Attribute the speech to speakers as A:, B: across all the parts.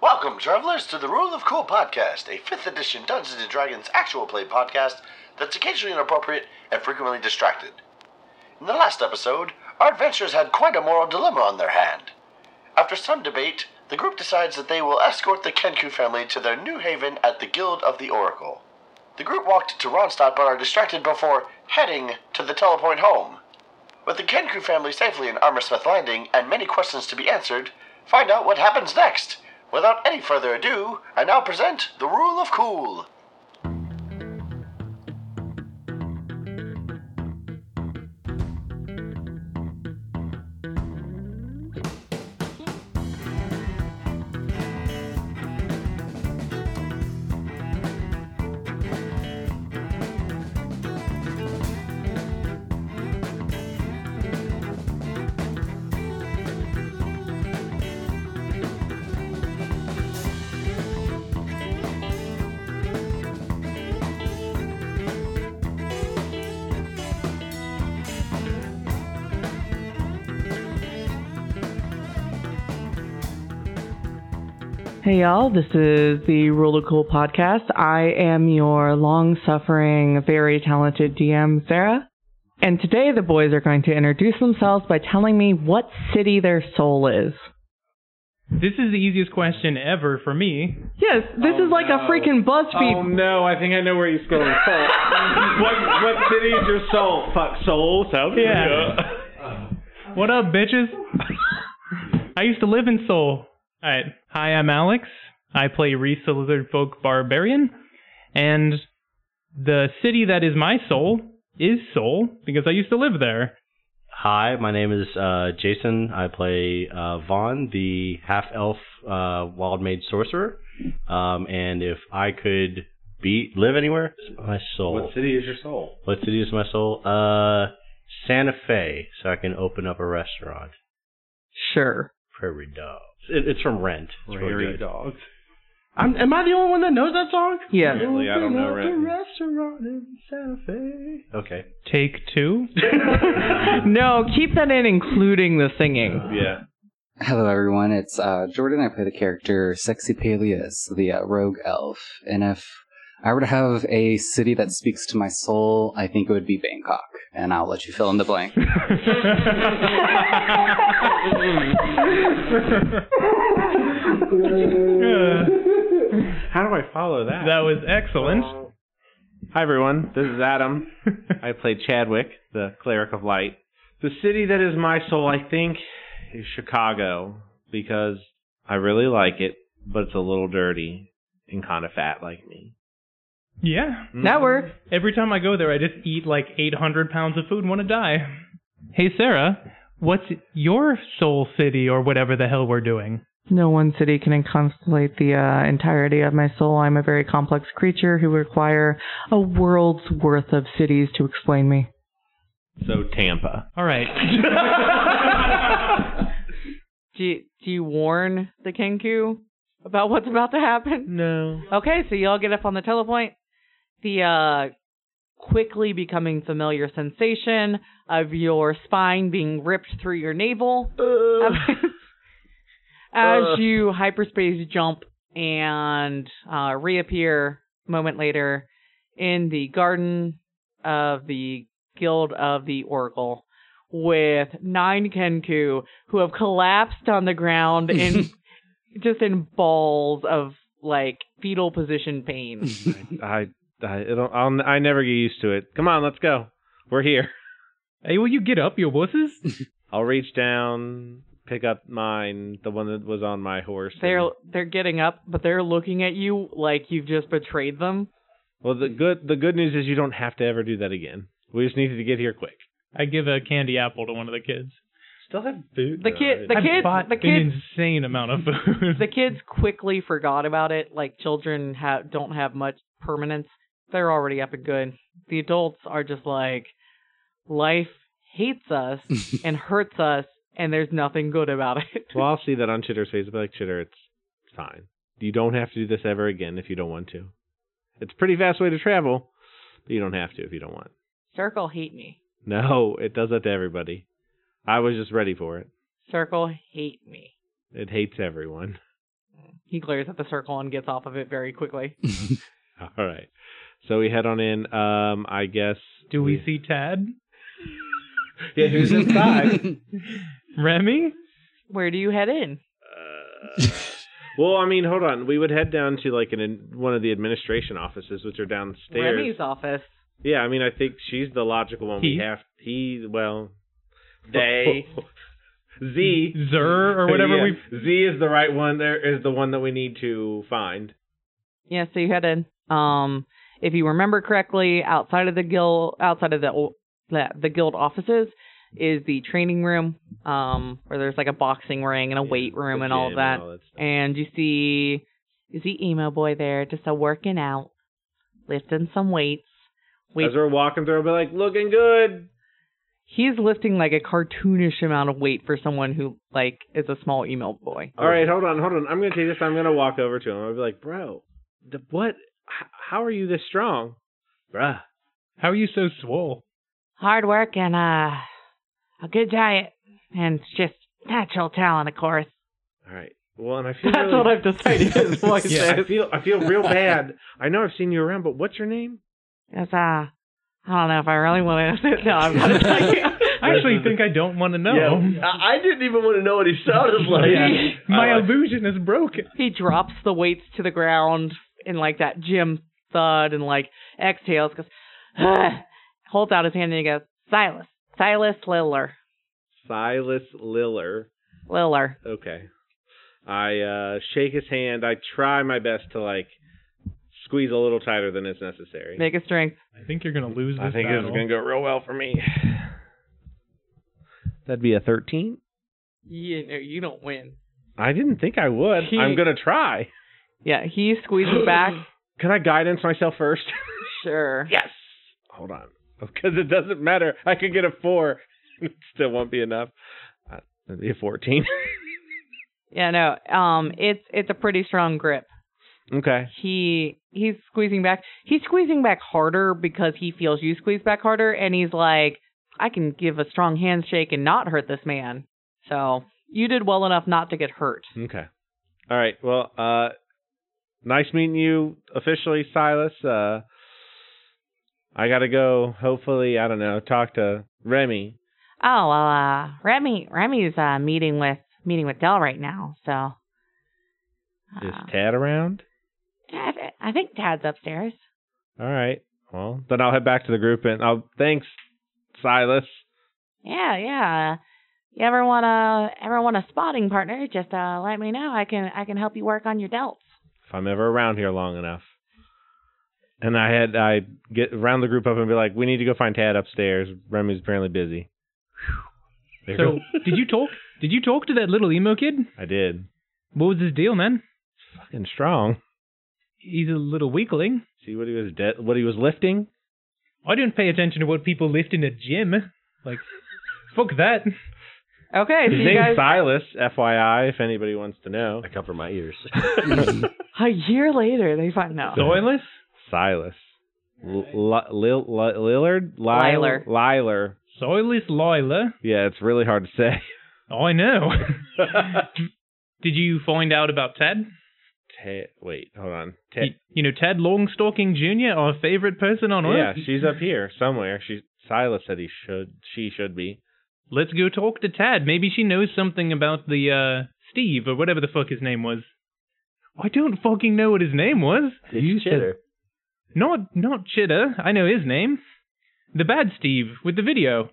A: Welcome, travelers, to the Rule of Cool podcast, a 5th edition Dungeons and Dragons actual play podcast that's occasionally inappropriate and frequently distracted. In the last episode, our adventurers had quite a moral dilemma on their hand. After some debate, the group decides that they will escort the Kenku family to their new haven at the Guild of the Oracle. The group walked to Ronstadt but are distracted before heading to the telepoint home. With the Kenku family safely in Armorsmith Landing and many questions to be answered, find out what happens next. Without any further ado, I now present the Rule of Cool.
B: Hey y'all, this is the Rule of Cool podcast. I am your long suffering, very talented DM, Sarah. And today the boys are going to introduce themselves by telling me what city their soul is.
C: This is the easiest question ever for me.
B: Yes, this
D: Oh,
B: is like
D: no.
B: a freaking BuzzFeed.
D: Oh no, I think I know where he's going. Soul. what what city is your soul? Fuck soul, South
C: Yeah.
D: Korea.
C: What up, bitches? I used to live in Seoul. Alright. Hi, I'm Alex. I play Reese the Lizard Folk Barbarian. And the city that is my soul is Seoul because I used to live there.
E: Hi, my name is uh, Jason. I play uh, Vaughn, the half elf uh, wild mage sorcerer. Um, and if I could be live anywhere, it's my soul.
D: What city is your soul?
E: What city is my soul? Uh, Santa Fe, so I can open up a restaurant.
B: Sure.
E: Prairie Dogs. It, it's from Rent. It's really
D: Prairie
E: good.
D: dogs.
E: I'm, am I the only one that knows that song?
B: Yes.
D: Apparently, I don't know
E: Open up
D: Rent.
E: a restaurant in Santa Fe. Okay.
C: Take two.
B: No, keep that in, including the singing.
D: Yeah.
F: Hello, everyone. It's uh, Jordan. I play the character Sexy Peleus, the uh, rogue elf. And if I were to have a city that speaks to my soul, I think it would be Bangkok. And I'll let you fill in the blank.
C: Uh,
D: How do I follow that?
C: that was excellent.
D: Hi everyone, this is Adam. I play Chadwick, the cleric of light. The city that is my soul, I think, is Chicago because I really like it, but it's a little dirty and kind of fat like me.
C: Yeah.
B: That works.
C: Every time I go there, I just eat like 800 pounds of food and want to die. Hey, Sarah, what's your soul city or whatever the hell we're doing?
B: No one city can encapsulate the uh, entirety of my soul. I'm a very complex creature who require a world's worth of cities to explain me.
D: So Tampa.
C: All right.
B: Do you, do you warn the Kenku about what's about to happen?
C: no.
B: Okay, so y'all get up on the telepoint. The uh, quickly becoming familiar sensation of your spine being ripped through your navel as you hyperspace jump and uh, reappear a moment later in the garden of the Guild of the Oracle with nine Kenku who have collapsed on the ground in just in balls of like fetal position pain.
D: I I it'll, I'll I never get used to it. Come on, let's go. We're here.
C: Hey, will you get up, you wusses?
D: I'll reach down, pick up mine, the one that was on my horse.
B: They're they're getting up, but they're looking at you like you've just betrayed them.
D: well, the good the good news is you don't have to ever do that again. We just needed to get here quick.
C: I give a candy apple to one of the kids.
D: Still have food.
B: The kid- the
C: I've
B: kid-
C: bought
B: the
C: an
B: kid-
C: insane amount of food.
B: The kids quickly forgot about it. Like children have don't have much permanence. They're already up and good. The adults are just like life hates us and hurts us, and there's nothing good about it.
D: Well, I'll see that on Chitter's face. I'll be like, Chitter, it's it's fine. You don't have to do this ever again if you don't want to. It's a pretty fast way to travel, but you don't have to if you don't want.
B: Circle hate me.
D: No, it does that to everybody. I was just ready for it.
B: Circle hate me.
D: It hates everyone.
B: He glares at the circle and gets off of it very quickly.
D: All right. So we head on in. Um, I guess.
C: Do we see Tad?
D: Yeah, who's inside?
C: Remy?
B: Where do you head in?
D: uh, well, I mean, hold on. We would head down to like an in, one of the administration offices, which are downstairs.
B: Remy's office.
D: Yeah, I mean, I think she's the logical one.
C: He?
D: We have he. Well, they. Z
C: Zer or whatever
D: Yeah,
C: we
D: Z is the right one. There is the one that we need to find.
B: Yeah, so you head in. Um, if you remember correctly, outside of the guild, outside of the o- the, the guild offices, is the training room, um, where there's like a boxing ring and a weight room
D: The
B: and all of
D: gym
B: that.
D: stuff.
B: and you see you see emo boy there just a working out lifting some weights we-
D: As we're walking through, I'll be like, looking good.
B: he's lifting like a cartoonish amount of weight for someone who like is a small emo boy
D: All right, hold on, hold on. I'm gonna take this. I'm gonna walk over to him. I'll be like, bro, the, what? H- how are you this strong, bruh?
C: How are you so swole?
B: hard work and uh a good diet and just natural talent of course
D: All right. Well, and I feel
B: that's
D: really-
B: what i've decided his voice
C: Yeah.
B: is
D: I feel I feel real bad. I know I've seen you around, but what's your name?
B: it's uh I don't know if I really want to. No, I'm not telling you.
C: I actually think I don't want to know.
E: Yeah, I, I didn't even want to know what he sounded like.
C: Yeah. My
E: I like-
C: illusion is broken.
B: He drops the weights to the ground in like that gym thud and like exhales, goes, "Ugh," holds out his hand and he goes, Silas, Silas Liller,
D: Silas Liller.
B: Liller.
D: Okay. I uh, shake his hand. I try my best to like squeeze a little tighter than is necessary.
B: Make a strength.
C: I think you're gonna lose this
D: I think this
C: battle.
D: is gonna go real well for me. That'd be a thirteen.
B: You know, you don't win.
D: I didn't think I would.
B: He-
D: I'm gonna try.
B: Yeah, he squeezes back.
D: Can I guidance myself first?
B: Sure.
D: yes. Hold on, because it doesn't matter. I could get a four. it still won't be enough. Uh, That'd be a fourteen.
B: Yeah, no. Um, it's it's a pretty strong grip.
D: okay.
B: He he's squeezing back. He's squeezing back harder because he feels you squeeze back harder, and he's like, I can give a strong handshake and not hurt this man. So you did well enough not to get hurt.
D: Okay. All right. Well, uh, nice meeting you officially, Silas. Uh, I gotta go. Hopefully, I don't know. Talk to Remy.
B: Oh well, uh, Remy Remy's uh, meeting with meeting with Dell right now, so
D: Is
B: uh,
D: Tad around?
B: I, thi- I think Tad's upstairs.
D: All right. Well, then I'll head back to the group and I'll thanks, Silas.
B: Yeah, yeah. You ever want to ever want a spotting partner? Just uh, let me know. I can I can help you work on your delts.
D: If I'm ever around here long enough. And I had I get round the group up and be like, we need to go find Tad upstairs. Remy's apparently busy. There
C: So
D: goes-
C: did you talk did you talk to that little emo kid?
D: I did.
C: What was his deal, man?
D: Fucking strong.
C: He's a little weakling.
D: See what he was de- what he was lifting.
C: I didn't pay attention to what people lift in a gym. Like fuck that.
B: Okay, so
D: His
B: you guys
D: name's Silas, FYI, if anybody wants to know.
E: I cover my ears.
B: a year later they find out.
C: Soilless?
D: Silas. L- L- Lil- Lil- Lillard? Lil-
B: Liler.
D: Liler.
C: Soilless Lila.
D: Yeah, it's really hard to say.
C: Oh I know. did you find out about Ted?
D: Ted, wait, hold on.
C: Y-
D: Ted.
C: You know, Ted Longstocking Jr., our favorite person on
D: Yeah,
C: Earth.
D: she's up here somewhere. She Silas said he should. She should be.
C: Let's go talk to Tad. Maybe she knows something about the, uh, Steve or whatever the fuck his name was. I don't fucking know what his name was.
E: you shitter.
C: Not, not Chitter. I know his name. The bad Steve with the video.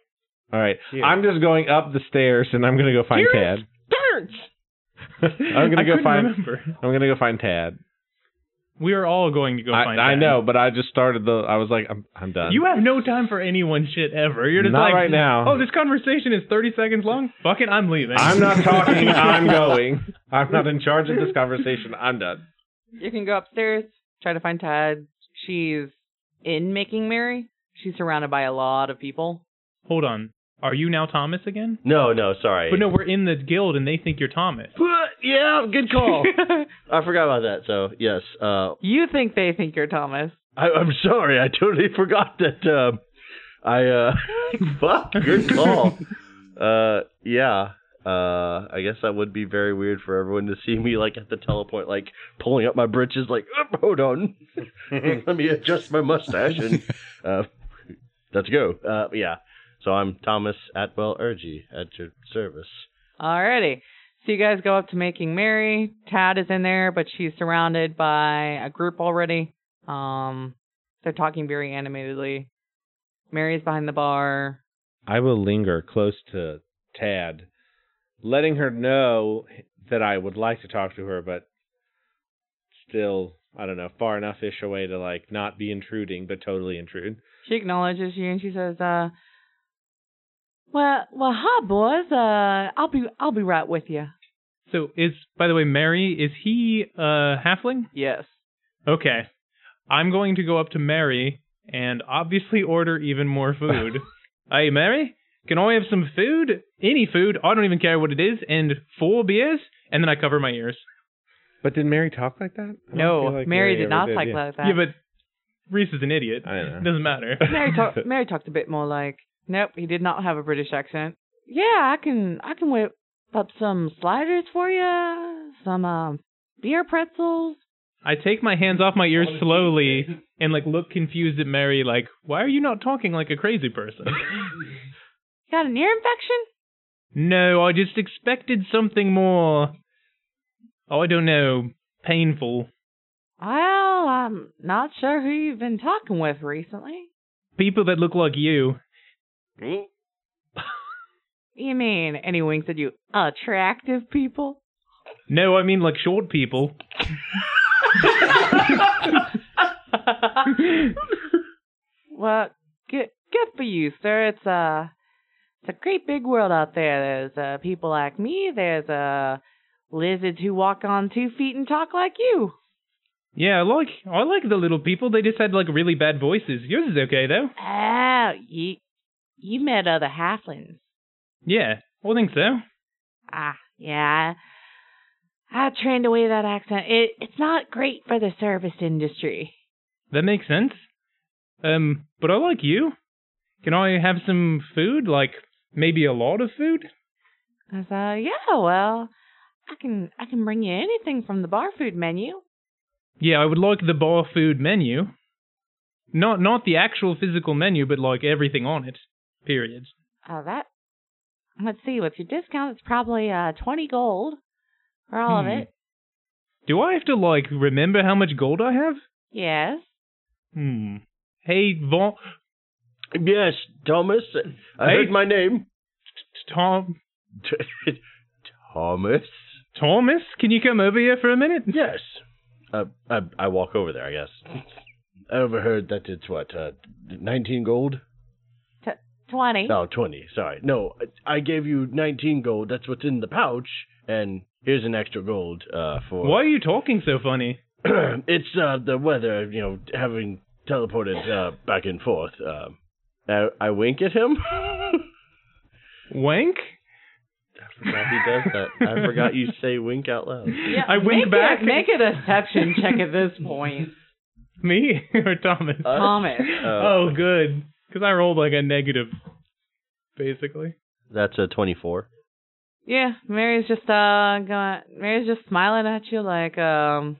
D: All right,
E: Yeah.
D: I'm just going up the stairs and I'm gonna go find
C: Terrence?
D: Tad. I'm gonna
C: I
D: go
C: couldn't
D: find.
C: Remember.
D: I'm gonna go find Tad.
C: We are all going to go
D: I,
C: find.
D: I
C: Tad.
D: know, but I just started the. I was like, I'm, I'm done.
C: You have no time for anyone shit ever. You're just
D: Not
C: like
D: right now.
C: Oh, this conversation is 30 seconds long. Fuck it, I'm leaving.
D: I'm not talking. I'm going. I'm not in charge of this conversation. I'm done.
B: You can go upstairs, try to find Tad. She's in Making Mary. She's surrounded by a lot of people.
C: Hold on. Are you now Thomas again?
E: No, no, sorry.
C: But no, we're in the guild and they think you're Thomas.
E: What? Yeah, good call. I forgot about that. So yes, uh,
B: You think they think you're Thomas.
E: I, I'm sorry. I totally forgot that. Um, I uh, fuck. Good call. uh, yeah. Uh, Uh, I guess that would be very weird for everyone to see me like at the telepoint, like pulling up my britches, like "Oh, hold on, let me adjust my mustache and uh, let's go. Uh, yeah. So I'm Thomas Atwell Urgy at your service.
B: Alrighty. So you guys go up to Making Mary. Tad is in there, but she's surrounded by a group already. Um, they're talking very animatedly. Mary's behind the bar.
D: I will linger close to Tad, letting her know that I would like to talk to her, but still, I don't know, far enough ish away to like not be intruding, but totally intrude.
B: She acknowledges you and she says, uh, "Well, well, hi boys. Uh, I'll be I'll be right with you."
C: So is by the way, Mary, is he a halfling?
B: Yes.
C: Okay. I'm going to go up to Mary and obviously order even more food. hey Mary, can I have some food? Any food, I don't even care what it is, and four beers, and then I cover my ears.
D: But did Mary talk like that? I don't
B: No,
D: feel like
B: Mary did
D: ever
B: not talk
D: yeah.
B: like that.
C: Yeah, but Reese is an idiot.
D: I know.
C: It doesn't matter.
B: Mary talked. Mary talked a bit more like, "Nope, he did not have a British accent." Yeah, I can I can whip up some sliders for you, some um beer pretzels.
C: I take my hands off my ears slowly and like look confused at Mary, like, why are you not talking like a crazy person?
B: Got an ear infection?
C: no, I just expected something more. Oh, I don't know, painful.
B: Well, I'm not sure who you've been talking with recently.
C: People that look like you.
B: You mean and he winks at you? Attractive people?
C: No, I mean like short people.
B: Well, good good for you, sir. It's uh it's a great big world out there. There's uh, people like me. There's uh lizards who walk on two feet and talk like you.
C: yeah, I like I like the little people. They just had like really bad voices. Yours is okay though.
B: Oh, you you met other halflings.
C: Yeah, I think so.
B: Ah, yeah. I, I trained away that accent. It it's not great for the service industry.
C: That makes sense. Um, but I like you. Can I have some food? Like maybe a lot of food?
B: I said, yeah, well, I can I can bring you anything from the bar food menu.
C: Yeah, I would like the bar food menu. Not not the actual physical menu, but like everything on it. Period.
B: Uh, that let's see, with your discount, it's probably uh twenty gold for all
C: Hmm.
B: of it.
C: Do I have to like remember how much gold I have?
B: Yes.
C: Hmm. Hey, Von
E: Yes, Thomas. I
C: Hey.
E: heard my name.
C: Tom
E: Thomas.
C: Thomas, can you come over here for a minute?
E: Yes. Uh, I I walk over there. I guess. I overheard that it's what uh, nineteen gold.
B: Twenty.
E: No, twenty. Sorry. No, I gave you nineteen gold. That's what's in the pouch. And here's an extra gold uh, for.
C: Why are you talking so funny?
E: it's uh, the weather, you know, having teleported uh, back and forth. Um, I, I wink at him. I
C: Wank?
E: forgot he does that. I forgot you say wink out loud.
B: Yeah,
C: I wink
B: make a-
C: back.
B: make a deception check at this point.
C: Me or Thomas?
E: Uh,
B: Thomas.
C: oh, good. Because I rolled like a negative, basically.
E: That's a 24.
B: Yeah, Mary's just uh going Mary's just smiling at you like um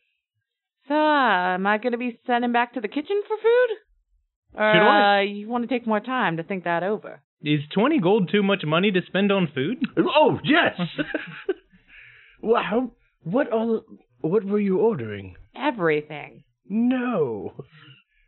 B: so uh, am I gonna be sending back to the kitchen for food? Or
C: Should I?
B: uh, you want to take more time to think that over?
C: Is 20 gold too much money to spend on food?
E: Oh, yes! wow. What all, What were you ordering?
B: Everything.
E: No.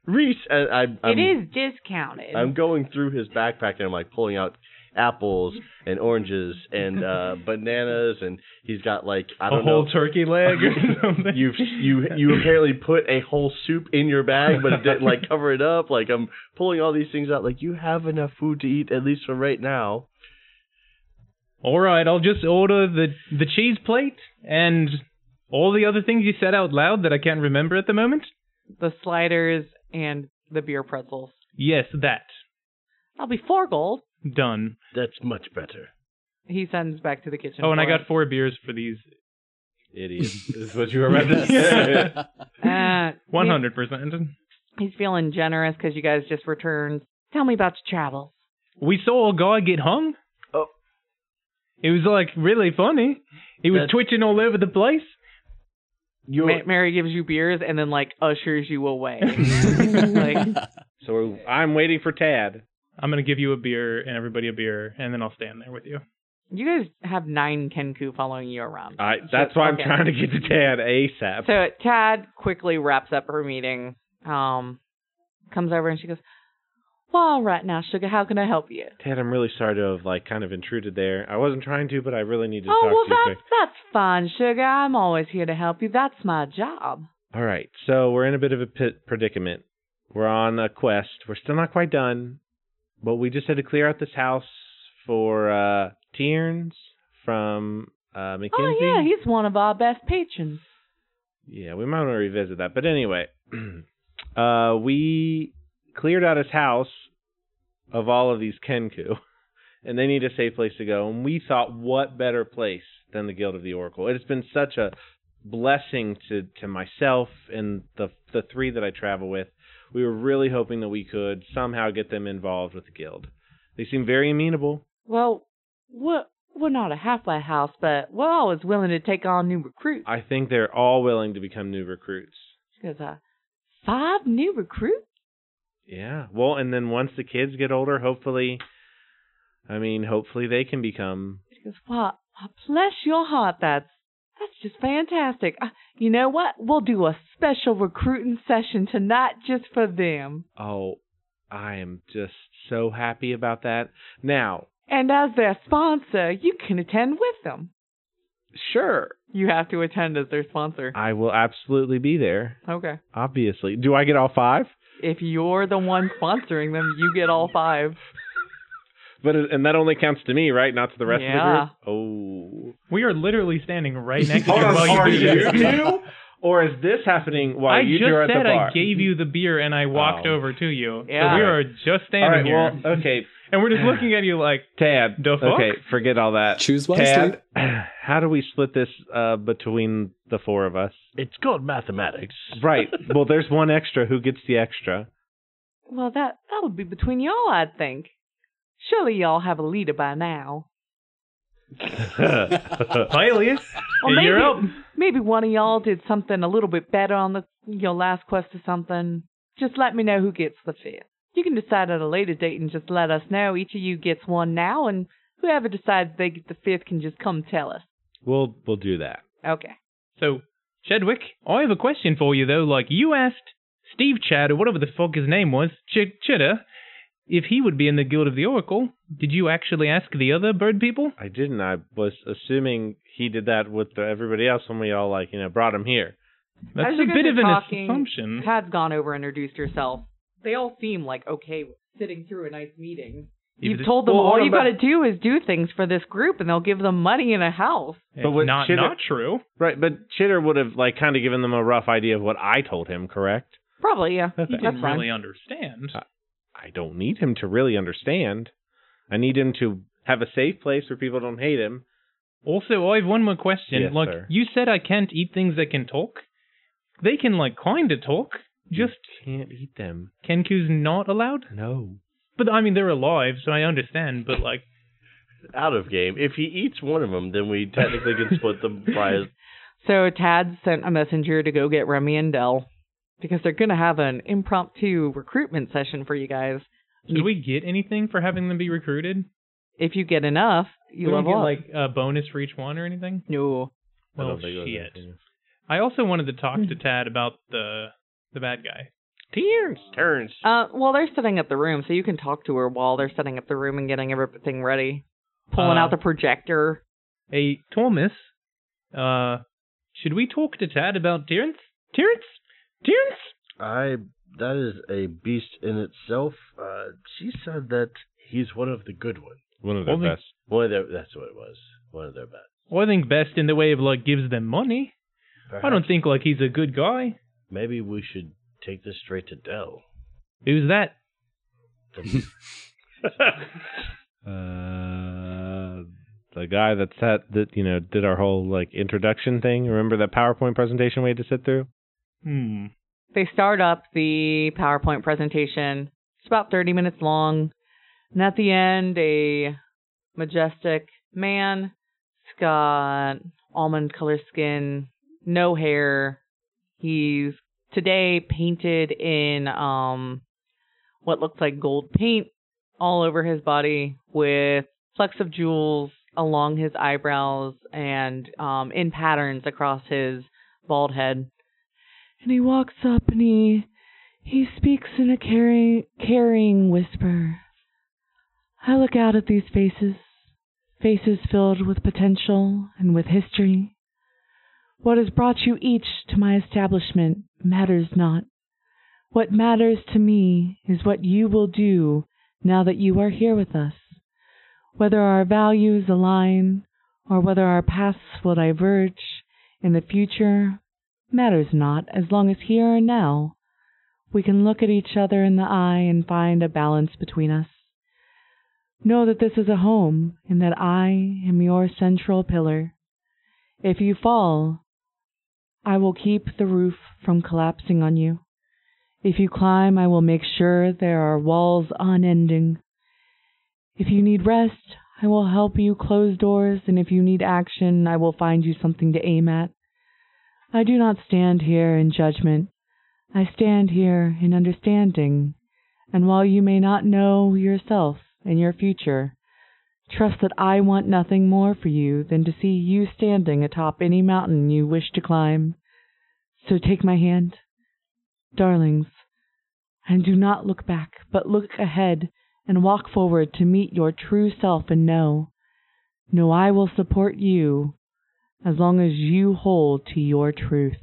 E: Reese, I, I, I'm,
B: it is discounted.
E: I'm going through his backpack and I'm like pulling out apples and oranges and uh, bananas and he's got like I
C: A
E: don't
C: whole
E: know
C: turkey leg or something?
E: you you you apparently put a whole soup in your bag, but it didn't like cover it up. Like I'm pulling all these things out. Like you have enough food to eat at least for right now.
C: All right, I'll just order the, the cheese plate and all the other things you said out loud that I can't remember at the moment.
B: the sliders and the beer pretzels.
C: Yes, that.
B: That'll be four gold.
C: Done.
E: That's much better.
B: He sends back to the kitchen.
C: Oh, and I
B: for
C: got
B: it.
C: four beers for these.
E: Idiot is what you were about to say.
B: Uh,
C: One
B: he-
C: hundred percent.
B: He's feeling generous because you guys just returned. Tell me about your travels.
C: We saw a guy get hung.
E: Oh.
C: It was like really funny. He was
E: That-
C: twitching all over the place.
E: You
B: Ma- Mary gives you beers and then like ushers you away. like,
D: So I'm waiting for Tad.
C: I'm gonna give you a beer and everybody a beer, and then I'll stand there with you.
B: you guys have nine Kenku following you around.
C: Uh,
D: I, that's why I'm
B: okay.
D: trying to get to Tad ASAP.
B: So Tad quickly wraps up her meeting, um, comes over and she goes, Well, all right now, Sugar, how can I help you?
D: Tad, I'm really sorry to have like kind of intruded there. I wasn't trying to, but I really need to
B: Oh,
D: talk
B: well,
D: to you.
B: that's,
D: quick.
B: that's fine, Sugar. I'm always here to help you. That's my job.
D: All right, so we're in a bit of a pit predicament. We're on a quest. We're still not quite done, but we just had to clear out this house for uh Tierns from uh McKinsey.
B: Oh, yeah, he's one of our best patrons.
D: Yeah, we might want to revisit that. But anyway, uh, we cleared out his house of all of these Kenku, and they need a safe place to go. And we thought, what better place than the Guild of the Oracle? It has been such a blessing to, to myself and the the three that I travel with. We were really hoping that we could somehow get them involved with the guild. They seem very amenable.
B: Well, we're, we're not a halfway house, but we're always willing to take on new recruits.
D: I think they're all willing to become new recruits.
B: She goes, uh, Five new recruits?
D: Yeah. Well, and then once the kids get older, hopefully, I mean, hopefully they can become.
B: She goes, "Well, uh, bless your heart. That's that's just fantastic. Uh, you know what? We'll do a special recruiting session tonight just for them.
D: Oh, I am just so happy about that. Now,
B: And as their sponsor, you can attend with them.
D: sure,
B: You have to attend as their sponsor.
D: I will absolutely be there.
B: Okay.
D: Obviously, do I get all five?
B: If you're the one sponsoring them, you get all five.
D: But uh, and that only counts to me, right? Not to the rest
B: Yeah.
D: of the group. Oh.
C: We are literally standing right next to
D: Hold
C: you
D: on,
C: while
D: are
C: you do
D: you
C: this.
D: new? Or is this happening while
C: I
D: you
C: just
D: two are at
C: said
D: the bar?
C: I gave you the beer and I walked
D: Oh.
C: over to you.
B: Yeah.
C: So we are just standing
D: all right.
C: here,
D: Well, okay,
C: and we're just looking at you like,
D: Tad.
C: The fuck?
D: Okay, forget all that.
F: Choose wisely.
D: Tad, how do we split this uh, between the four of us?
E: it's called mathematics.
D: Right. well, there's one extra. Who gets the extra?
B: Well, that that would be between y'all, I'd think. Surely y'all have a leader by now.
C: Pileus,
B: Well, maybe,
C: you're up.
B: maybe one of y'all did something a little bit better on the your last quest or something. Just let me know who gets the fifth. You can decide at a later date and just let us know. Each of you gets one now, and whoever decides they get the fifth can just come tell us.
D: We'll we'll do that.
B: Okay.
C: So, Chadwick, I have a question for you though. Like, you asked Steve Chad or whatever the fuck his name was, Ch- Cheddar, if he would be in the Guild of the Oracle. Did you actually ask the other bird people?
D: I didn't. I was assuming he did that with the, everybody else when we all like you know brought him here.
C: That's
B: As
C: a
B: you guys
C: bit
B: are
C: of an
B: talking,
C: assumption.
B: Tad's gone over and introduced herself. They all seem like okay with sitting through a nice meeting.
C: Even
B: You've
C: if-
B: told them
D: Well,
B: all
D: what
B: you
D: about-
B: got to do is do things for this group, and they'll give them money and a house.
C: It's
D: But what
C: not
D: Cheddar-
C: not true.
D: Right. But Chitter would have like kind of given them a rough idea of what I told him. Correct.
B: Probably, yeah.
D: Okay.
C: He
B: That's
C: didn't
B: fine.
C: really understand.
D: Uh, I don't need him to really understand. I need him to have a safe place where people don't hate him.
C: Also, I have one more question.
D: Yes,
C: like,
D: sir.
C: you said I can't eat things that can talk. They can, like, kind of talk. Just
D: can't eat them.
C: Kenku's not allowed.
D: Hmm. No.
C: But, I mean, they're alive, so I understand. But, like,
E: Out of game. If he eats one of them, then we technically can split them by his
B: So Tad sent a messenger to go get Remy and Dell because they're going to have an impromptu recruitment session for you guys.
C: did we get anything for having them be recruited?
B: If you get enough, you
C: we don't
B: level
C: get,
B: up.
C: like, a bonus for each one or anything?
B: no.
D: I
C: Well,
D: don't think it was
C: shit.
D: anything.
C: I also wanted to talk to Tad about the the bad guy.
D: Tears. Turns.
B: Uh, well, they're setting up the room, so you can talk to her while they're setting up the room and getting everything ready, pulling
C: Uh,
B: out the projector.
C: Hey, Thomas, uh, should we talk to Tad about Terence? Terence? Terence?
E: I that is a beast in itself. Uh, she said that he's one of the good ones.
D: One of their
C: Only-
D: best.
E: One of their that's what it was. One of their best.
C: Well, Oh, I think best in the way of, like, gives them money. I don't
E: Perhaps
C: think, like, he's a good guy.
E: maybe we should take this straight to Dell.
C: Who's that?
D: Uh, the guy that sat that you know did our whole like introduction thing. Remember that PowerPoint presentation we had to sit through?
C: Hmm.
B: They start up the PowerPoint presentation. It's about 30 minutes long. And at the end, a majestic man. He's got almond color skin, no hair. He's today painted in um what looks like gold paint all over his body with flecks of jewels along his eyebrows and um in patterns across his bald head. And he walks up and he he speaks in a caring caring whisper. I look out at these faces, faces filled with potential and with history. What has brought you each to my establishment matters not. What matters to me is what you will do now that you are here with us. Whether our values align or whether our paths will diverge in the future matters not as long as here and now we can look at each other in the eye and find a balance between us. Know that this is a home and that I am your central pillar. If you fall, I will keep the roof from collapsing on you. If you climb, I will make sure there are walls unending. If you need rest, I will help you close doors, and if you need action, I will find you something to aim at. I do not stand here in judgment. I stand here in understanding. And while you may not know yourself and your future, Trust that I want nothing more for you than to see you standing atop any mountain you wish to climb. So take my hand, darlings, and do not look back, but look ahead and walk forward to meet your true self and know. Know I will support you as long as you hold to your truth.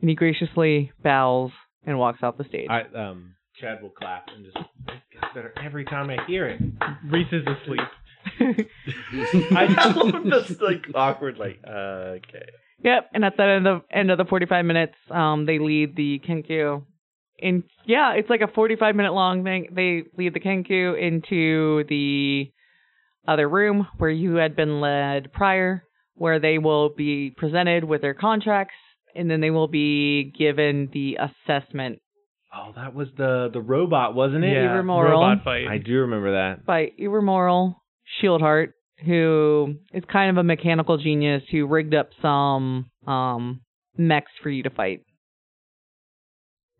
B: And he graciously bows and walks out the stage.
D: I um Chad will clap and just it gets better every time I hear it.
C: Reese is asleep.
E: I love this like awkward like uh, okay.
B: Yep, and at the end of end of the forty five minutes, um, they lead the Kenku, and yeah, it's like a forty five minute long thing. They lead the Kenku into the other room where you had been led prior, where they will be presented with their contracts, and then they will be given the assessment
D: Oh, that was the the robot, wasn't it?
B: Yeah. Moral.
C: robot fight.
D: I do remember that.
B: by Ivermoral Shieldheart, who is kind of a mechanical genius who rigged up some um mechs for you to fight.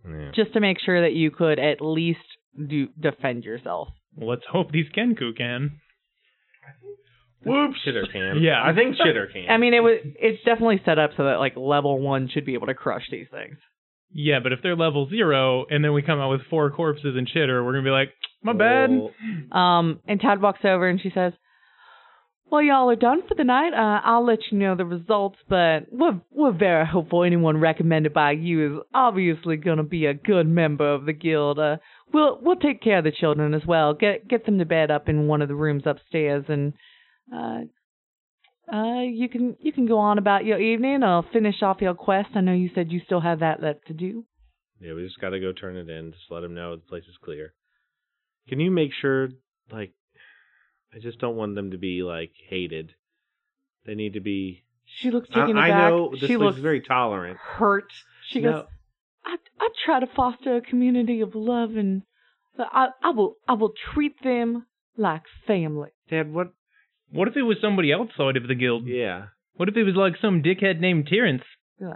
D: Yeah.
B: just to make sure that you could at least do defend yourself.
C: Well, Let's hope these Kenku can.
D: Whoops. Shitter can.
C: Yeah.
D: I think shitter can.
B: I mean, it was it's definitely set up so that like level one should be able to crush these things.
C: Yeah, but if they're level zero and then we come out with four corpses and chitter, we're gonna be like, my bad.
D: Oh,
B: Um, and Tad walks over and she says, "Well, y'all are done for the night. Uh, I'll let you know the results, but we're we're very hopeful anyone recommended by you is obviously gonna be a good member of the guild. Uh, we'll we'll take care of the children as well. Get get them to bed up in one of the rooms upstairs, and uh, uh, you can you can go on about your evening. I'll finish off your quest. I know you said you still have that left to do.
D: yeah, we just got to go turn it in. Just let him know the place is clear. Can you make sure, like, I just don't want them to be like hated. They need to be.
B: She looks
D: I,
B: taken
D: I
B: aback.
D: know this
B: she
D: place
B: looks
D: is very tolerant.
B: hurt. She
D: No.
B: goes, I, I try to foster a community of love and I, I will I will treat them like family.
D: Dad, what?
C: What if it was somebody outside of the guild?
D: Yeah.
C: What if it was like some dickhead named Terrence?
B: Tans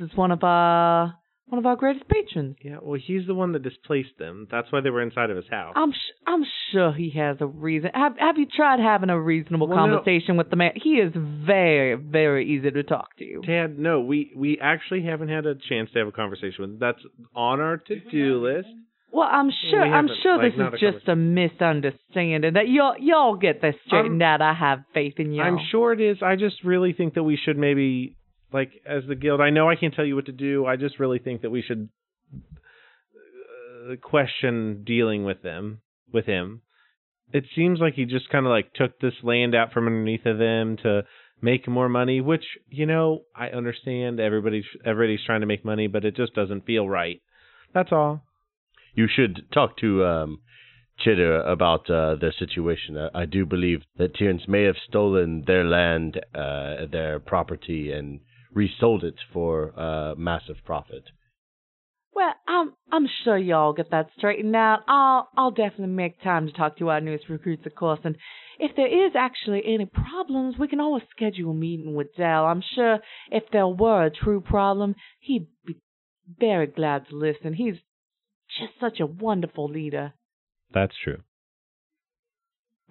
B: uh, is one of our one of our greatest patrons.
D: Yeah, well, he's the one that displaced them. That's why they were inside of his house.
B: I'm sh- I'm sure he has a reason. Have Have you tried having a reasonable
D: Well, no.
B: conversation with the man? He is very very easy to talk to.
D: Dad, no, we we actually haven't had a chance to have a conversation with. That's on our to do list.
B: Well, I'm sure
D: we
B: I'm
D: haven't,
B: sure
D: like,
B: this
D: not
B: is
D: a
B: just a misunderstanding that y'all y'all get this straightened out. I have faith in you.
D: I'm sure it is. I just really think that we should maybe, like, as the guild. I know I can't tell you what to do. I just really think that we should uh, question dealing with them, with him. It seems like he just kind of like took this land out from underneath of them to make more money, which you know I understand. Everybody's everybody's trying to make money, but it just doesn't feel right. That's all.
E: You should talk to um, Chitter about uh, their situation. I, I do believe that Tyrants may have stolen their land, uh, their property, and resold it for uh, massive profit.
B: Well, I'm I'm sure y'all get that straightened out. I'll I'll definitely make time to talk to our newest recruits, of course. And if there is actually any problems, we can always schedule a meeting with Dell. I'm sure if there were a true problem, he'd be very glad to listen. He's just such a wonderful leader.
E: That's true.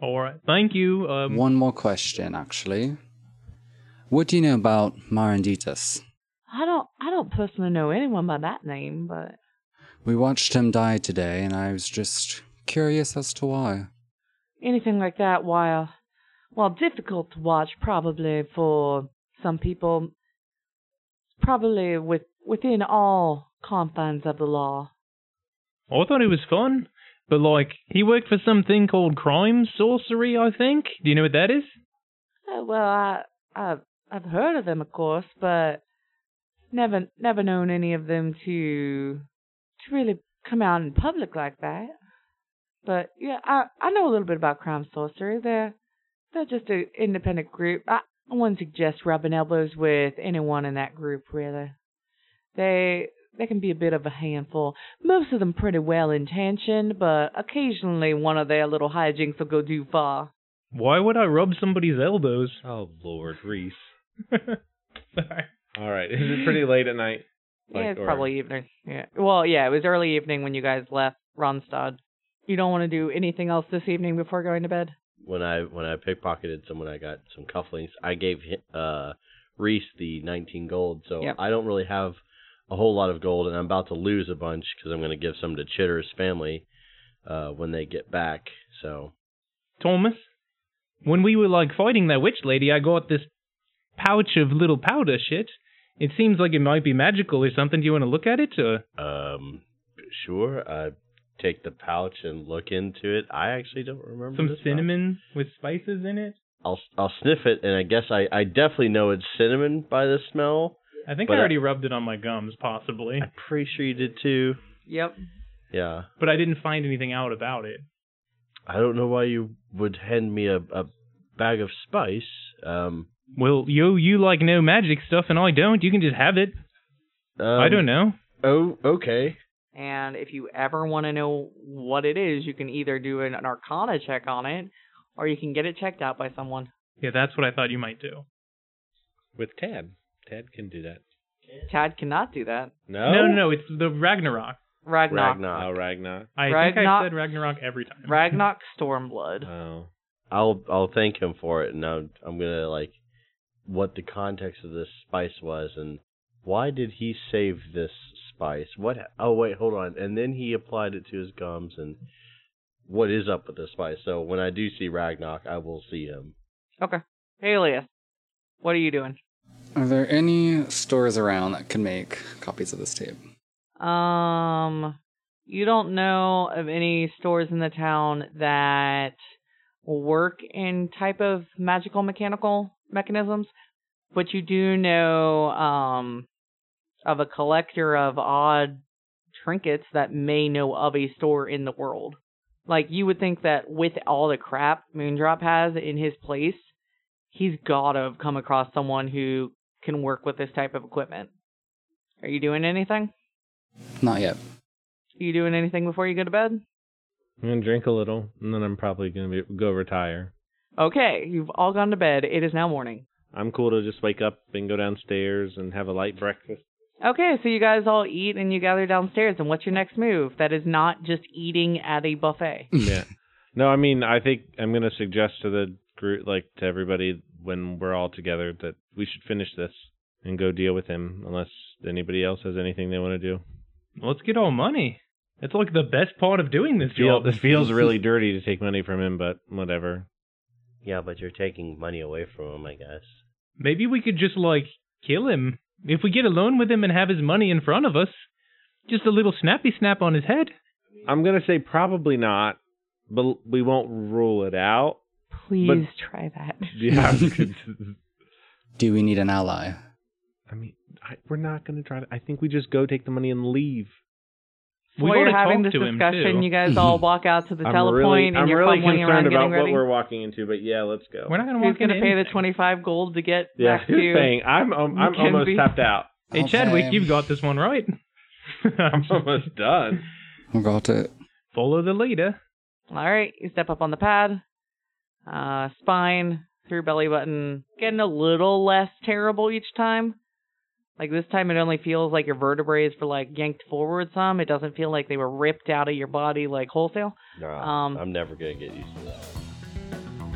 C: All right. Thank you. Um,
F: One more question, actually. What do you know about Maranditas?
B: I don't I don't personally know anyone by that name, but
F: We watched him die today, and I was just curious as to why.
B: anything like that while while difficult to watch probably for some people probably with within all confines of the law
C: I thought it was fun, but like he worked for something called crime sorcery. I think. Do you know what that is?
B: Uh, well i i've i've heard of them of course but never never known any of them to to really come out in public like that but yeah i i know a little bit about crime sorcery they're they're just an independent group i I wouldn't suggest rubbing elbows with anyone in that group really they they can be a bit of a handful. Most of them pretty well intentioned, but occasionally one of their little hijinks will go too far.
C: Why would I rub somebody's elbows?
E: Oh Lord, Reese.
C: Sorry.
D: All right. Is it pretty late at night? Like,
B: yeah, it's
D: or-
B: probably evening. Yeah. Well, yeah, it was early evening when you guys left Ronstad. You don't want to do anything else this evening before going to bed.
E: When I when I pickpocketed someone, I got some cufflinks. I gave hi- uh, Reese the 19 gold, so
B: Yep.
E: I don't really have a whole lot of gold, and I'm about to lose a bunch because I'm going to give some to Chitter's family uh, when they get back. So
C: Thomas, when we were like fighting that witch lady, I got this pouch of little powder shit. It seems like it might be magical or something. Do you want to look at it? Or...
E: Um, sure. I take the pouch and look into it. I actually don't remember
C: Some
E: this one.
C: cinnamon with spices in it.
E: I'll I'll sniff it, and I guess I I definitely know it's cinnamon by the smell.
C: I think
E: But
C: I
E: I-
C: already rubbed it on my gums, possibly,
E: I'm pretty sure you did too.
B: Yep.
E: Yeah.
C: but I didn't find anything out about it.
E: I don't know why you would hand me a a bag of spice. Um.
C: Well, yo, you like no magic stuff, and I don't. You can just have it.
D: Um,
C: I don't know.
E: Oh, okay.
B: And if you ever want to know what it is, you can either do an, an arcana check on it, or you can get it checked out by someone.
C: Yeah, that's what I thought you might do.
E: With Tad, Tad can do that.
B: Tad cannot do that.
E: No.
C: No, no, no. It's the Ragnarok.
B: Ragnarok.
E: Ragnar.
D: Oh, Ragnar.
C: I think I
B: Ragnar-
C: said Ragnarok every time.
B: Ragnarok
E: Uh.
B: Stormblood.
D: Oh.
E: I'll I'll thank him for it, and I'm I'm gonna like what the context of this spice was, and why did he save this spice? What? Oh wait, hold on. And then he applied it to his gums, and what is up with this spice? So when I do see Ragnarok, I will see him.
B: Okay. Alias, what are you doing?
F: Are there any stores around that can make copies of this tape?
B: Um, you don't know of any stores in the town that work in type of magical mechanical mechanisms, but you do know um of a collector of odd trinkets that may know of a store in the world. Like you would think that with all the crap Moondrop has in his place, he's gotta have come across someone who can work with this type of equipment. Are you doing anything?
F: Not yet.
B: You doing anything before you go to bed?
D: I'm gonna drink a little, and then I'm probably gonna be, go retire.
B: Okay, you've all gone to bed. It is now morning.
D: I'm cool to just wake up and go downstairs and have a light breakfast.
B: Okay, so you guys all eat and you gather downstairs. And what's your next move? That is not just eating at a buffet.
D: Yeah. No, I mean, I think I'm gonna suggest to the group, like to everybody, when we're all together, that we should finish this and go deal with him, unless anybody else has anything they want to do.
C: Let's get all money. That's like the best part of doing this
D: Feel,
C: job.
D: it feels really dirty to take money from him, but whatever.
E: Yeah, but you're taking money away from him, I guess.
C: Maybe we could just like kill him if we get alone with him and have his money in front of us. Just a little snappy snap on his head.
D: I'm gonna say probably not, but we won't rule it out.
B: Please
D: But-
B: try that.
D: Yeah.
F: Do we need an ally?
D: I mean, I, we're not gonna try to. I think we just go take the money and leave.
C: We
B: While you're
C: oughta
B: having
C: talk
B: this
C: to him,
B: discussion,
C: too.
B: you guys all walk out to the
D: I'm
B: telepoint
D: really,
B: and
D: I'm
B: you're
D: really
B: fumbling around
D: concerned
B: getting
D: about
B: ready.
D: what we're walking into, but yeah, let's go.
C: We're not gonna
B: Who's
C: walk
B: going to
C: into
B: pay the
C: anything.
B: twenty-five gold to get
D: yeah,
B: back
D: who's
B: to?
D: paying? I'm um, I'm
B: Mackenzie. Oh,
D: almost tapped out.
C: Hey Chadwick, you've got this one right. I'm
D: almost done.
F: I got it.
C: Follow the leader.
B: All right, you step up on the pad, uh, spine through belly button, getting a little less terrible each time. Like this time, it only feels like your vertebrae were like yanked forward some. It doesn't feel like they were ripped out of your body like wholesale.
E: Nah,
B: Um,
E: I'm never gonna get used to that.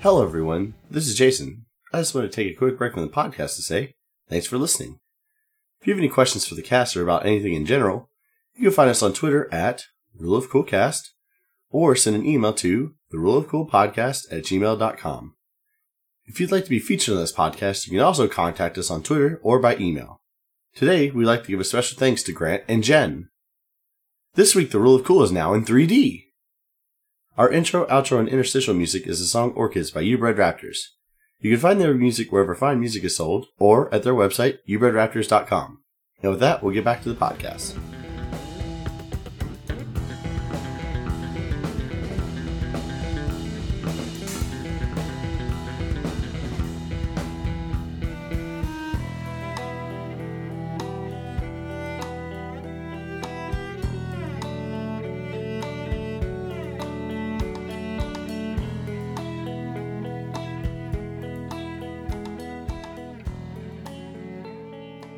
A: Hello, everyone. This is Jason. I just want to take a quick break from the podcast to say thanks for listening. If you have any questions for the cast or about anything in general, you can find us on Twitter at Rule of Cool Cast or send an email to the Rule of Cool Podcast at gmail.com. If you'd like to be featured on this podcast, you can also contact us on Twitter or by email. Today, we'd like to give a special thanks to Grant and Jen. This week, the Rule of Cool is now in 3D. Our intro, outro, and interstitial music is the song Orchids by Ubred Raptors. You can find their music wherever fine music is sold or at their website, ubredraptors.com. And with that, we'll get back to the podcast.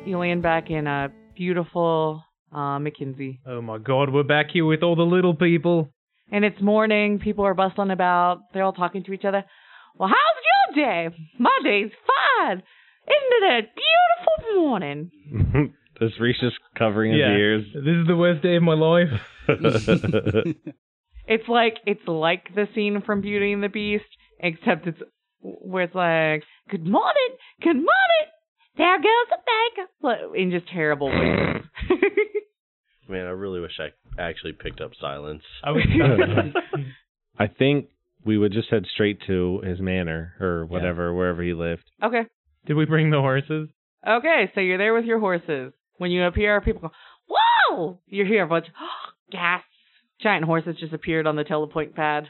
B: You land back in a beautiful uh, McKinsey,
C: Oh my god, we're back here with all the little people.
B: and it's morning. People are bustling about. They're all talking to each other. Well, how's your day? My day's fine. Isn't it a beautiful morning?
E: This Reese is covering
C: Yeah. This is the worst day of my life.
E: ears.
B: It's like it's like the scene from Beauty and the Beast, except it's where it's like, "Good morning, good morning, there goes the bank," in just terrible voices.
E: Man, I really wish I actually picked up silence.
C: I was
D: I think we would just head straight to his manor or whatever, wherever he lived.
B: okay,
C: Did we bring the horses?
B: okay, so you're there with your horses. When you appear, people go, "Whoa!" You hear a bunch of gas. Giant horses just appeared on the telepoint pad.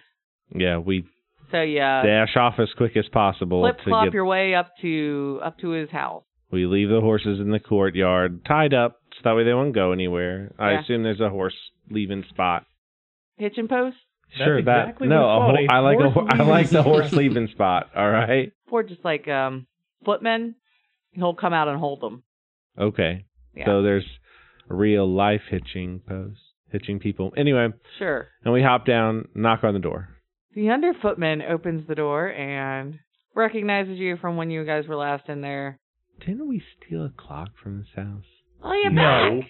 D: Yeah, we
B: So yeah,
D: dash off as quick as possible
B: Uh, flip
D: to
B: flop
D: get.
B: your way up to up to his house.
D: we leave the horses in the courtyard tied up, so that way they won't go anywhere.
B: Yeah.
D: I assume there's a horse leaving spot.
B: Hitching post.
C: That's
D: sure,
C: exactly
D: that no,
C: what
D: a ho-
C: it's called, a
D: I like a
C: horse
D: ho- I like the
C: leaving
D: horse
C: spot.
D: leaving spot. All right,
B: Or just like um footmen, he'll come out and hold them.
D: okay.
B: Yeah.
D: So there's real life hitching post hitching people. Anyway,
B: Sure.
D: and we hop down, knock on the door.
B: The under footman opens the door and recognizes you from when you guys were last in there.
D: Didn't we steal a clock from this house?
B: Oh, you're
C: No.
B: back.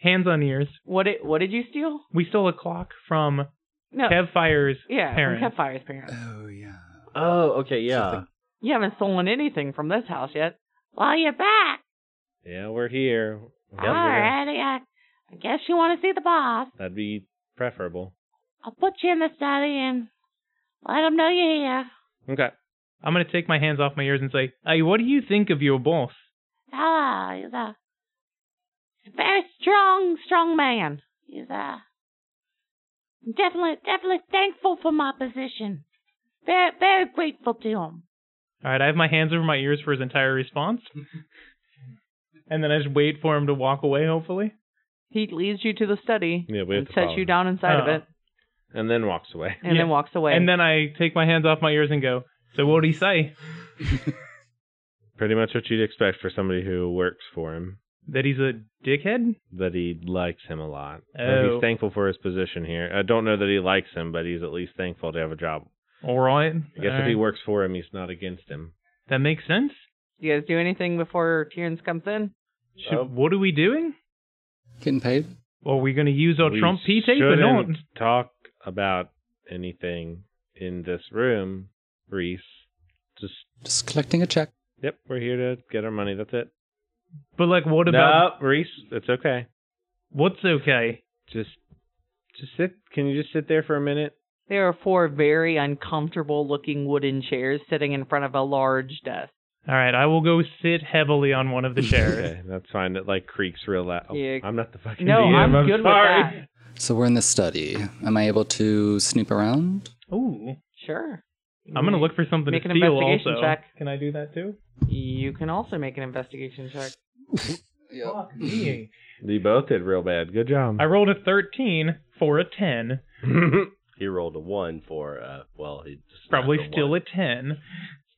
C: Hands on ears.
B: What did What did you steal?
C: We stole a clock from
B: No.
C: Kev Fire's
B: Oh. yeah,
C: parents.
B: from Catfire's parents.
F: Oh yeah.
E: Oh, okay,
F: Something.
B: You haven't stolen anything from this house yet. Well, you're back.
D: Yeah, we're here.
E: Yeah,
B: All righty. I, I guess you want to see the boss.
D: That'd be preferable.
B: I'll put you in the study and let him know you're here.
D: Okay.
C: I'm gonna take my hands off my ears and say, Hey, what do you think of your boss?
B: Ah, he's a, he's a very strong, strong man. He's a I'm definitely, definitely thankful for my position. Very, very grateful to him.
C: Alright, I have my hands over my ears for his entire response. and then I just wait for him to walk away, hopefully.
B: He leads you to the study
D: Yeah, we have
B: and
D: to
B: sets
D: follow
B: you
D: him. Uh,
B: down inside of
C: Oh.
B: it,
D: And then walks away.
B: and
C: Yeah.
B: then walks away.
C: And then I take my hands off my ears and go, So what'd he say?
D: Pretty much what you'd expect for somebody who works for him.
C: That he's a dickhead?
D: That he likes him a lot. That
C: Oh.
D: He's thankful for his position here. I don't know that he likes him, but he's at least thankful to have a job.
C: Alright.
D: I guess if he works for him, he's not against him.
C: That makes sense.
B: do you guys do anything before Tierns comes in?
C: Should,
D: Oh.
C: What are we doing?
F: Getting paid?
C: Are we going to use our
D: We
C: Trump P tape or not?
D: shouldn't talk about anything in this room, Reese. Just
F: Just collecting a check.
D: yep, we're here to get our money. That's it.
C: But like, what about
D: no, Reese? It's okay.
C: what's okay?
D: Just Just sit. Can you just sit there for a minute?
B: There are four very uncomfortable looking wooden chairs sitting in front of a large desk.
C: All right, I will go sit heavily on one of the chairs.
D: Okay, that's fine. It like creaks real loud. Oh,
B: Yeah.
D: I'm not the fucking.
B: No,
D: DM,
B: I'm good with
D: sorry.
B: that.
F: So we're in the study. Am I able to snoop around?
C: Ooh,
B: Sure.
C: I'm gonna look for something
B: Make
C: to
B: an
C: steal.
B: investigation
C: also,
B: check.
C: can I do that too?
B: You can also make an investigation check.
C: Fuck me.
D: You both did real bad. Good job.
C: I rolled a 13 for a 10.
E: He rolled a one for uh well he just
C: Probably
E: natural
C: still
E: one.
C: a 10.